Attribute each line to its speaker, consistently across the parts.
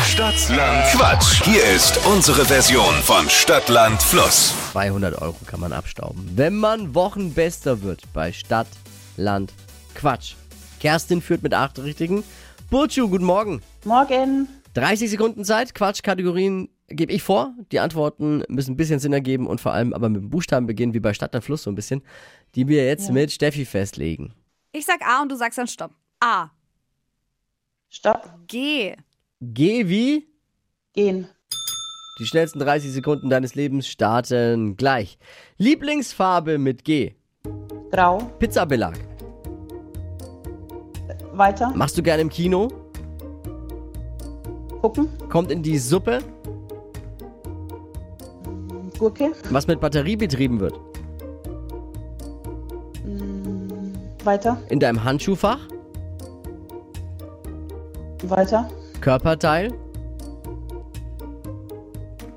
Speaker 1: Stadtland Quatsch. Hier ist unsere Version von Stadtland Fluss.
Speaker 2: 200 Euro kann man abstauben, wenn man Wochenbester wird bei Stadt, Land, Quatsch. Kerstin führt mit acht Richtigen. Burcu, guten Morgen.
Speaker 3: Morgen.
Speaker 2: 30 Sekunden Zeit, Quatschkategorien gebe ich vor. Die Antworten müssen ein bisschen Sinn ergeben und vor allem aber mit dem Buchstaben beginnen, wie bei Stadt, Land, Fluss so ein bisschen, die wir jetzt mit Steffi festlegen.
Speaker 4: Ich sag A und du sagst dann Stopp. A.
Speaker 3: Stopp.
Speaker 4: G.
Speaker 2: Geh wie?
Speaker 3: Gehen.
Speaker 2: Die schnellsten 30 Sekunden deines Lebens starten gleich. Lieblingsfarbe mit G.
Speaker 3: Grau.
Speaker 2: Pizzabelag.
Speaker 3: Weiter.
Speaker 2: Machst du gerne im Kino?
Speaker 3: Gucken.
Speaker 2: Kommt in die Suppe,
Speaker 3: Gurke.
Speaker 2: was mit Batterie betrieben wird.
Speaker 3: Weiter.
Speaker 2: In deinem Handschuhfach,
Speaker 3: Weiter.
Speaker 2: Körperteil,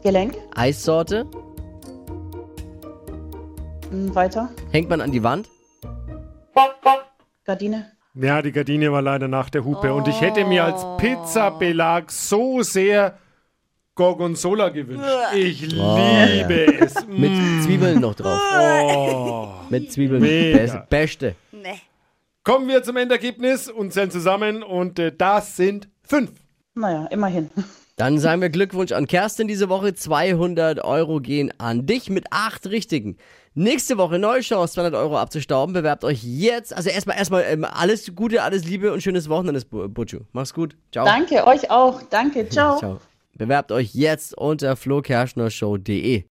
Speaker 3: Gelenk.
Speaker 2: Eissorte,
Speaker 3: Weiter.
Speaker 2: hängt man an die Wand.
Speaker 3: Gardine.
Speaker 5: Ja, die Gardine war leider nach der Hupe. Und ich hätte mir als Pizzabelag so sehr Gorgonzola gewünscht. Ich liebe es.
Speaker 2: Mit Zwiebeln noch drauf. Mit Zwiebeln.
Speaker 5: Mega.
Speaker 2: Beste. Beste.
Speaker 4: Ne.
Speaker 5: Kommen wir zum Endergebnis und zählen zusammen. Und äh, das sind fünf.
Speaker 3: Naja, immerhin.
Speaker 2: Dann sagen wir Glückwunsch an Kerstin diese Woche. 200 Euro gehen an dich mit acht Richtigen. Nächste Woche neue Chance, 200 Euro abzustauben. Bewerbt euch jetzt. Also erstmal, erstmal ähm, alles Gute, alles Liebe und schönes Wochenende, Bu- Butchu. Mach's gut. Ciao.
Speaker 3: Danke, euch auch. Danke. Ciao.
Speaker 2: Ciao. Bewerbt euch jetzt unter flokerschnershow.de.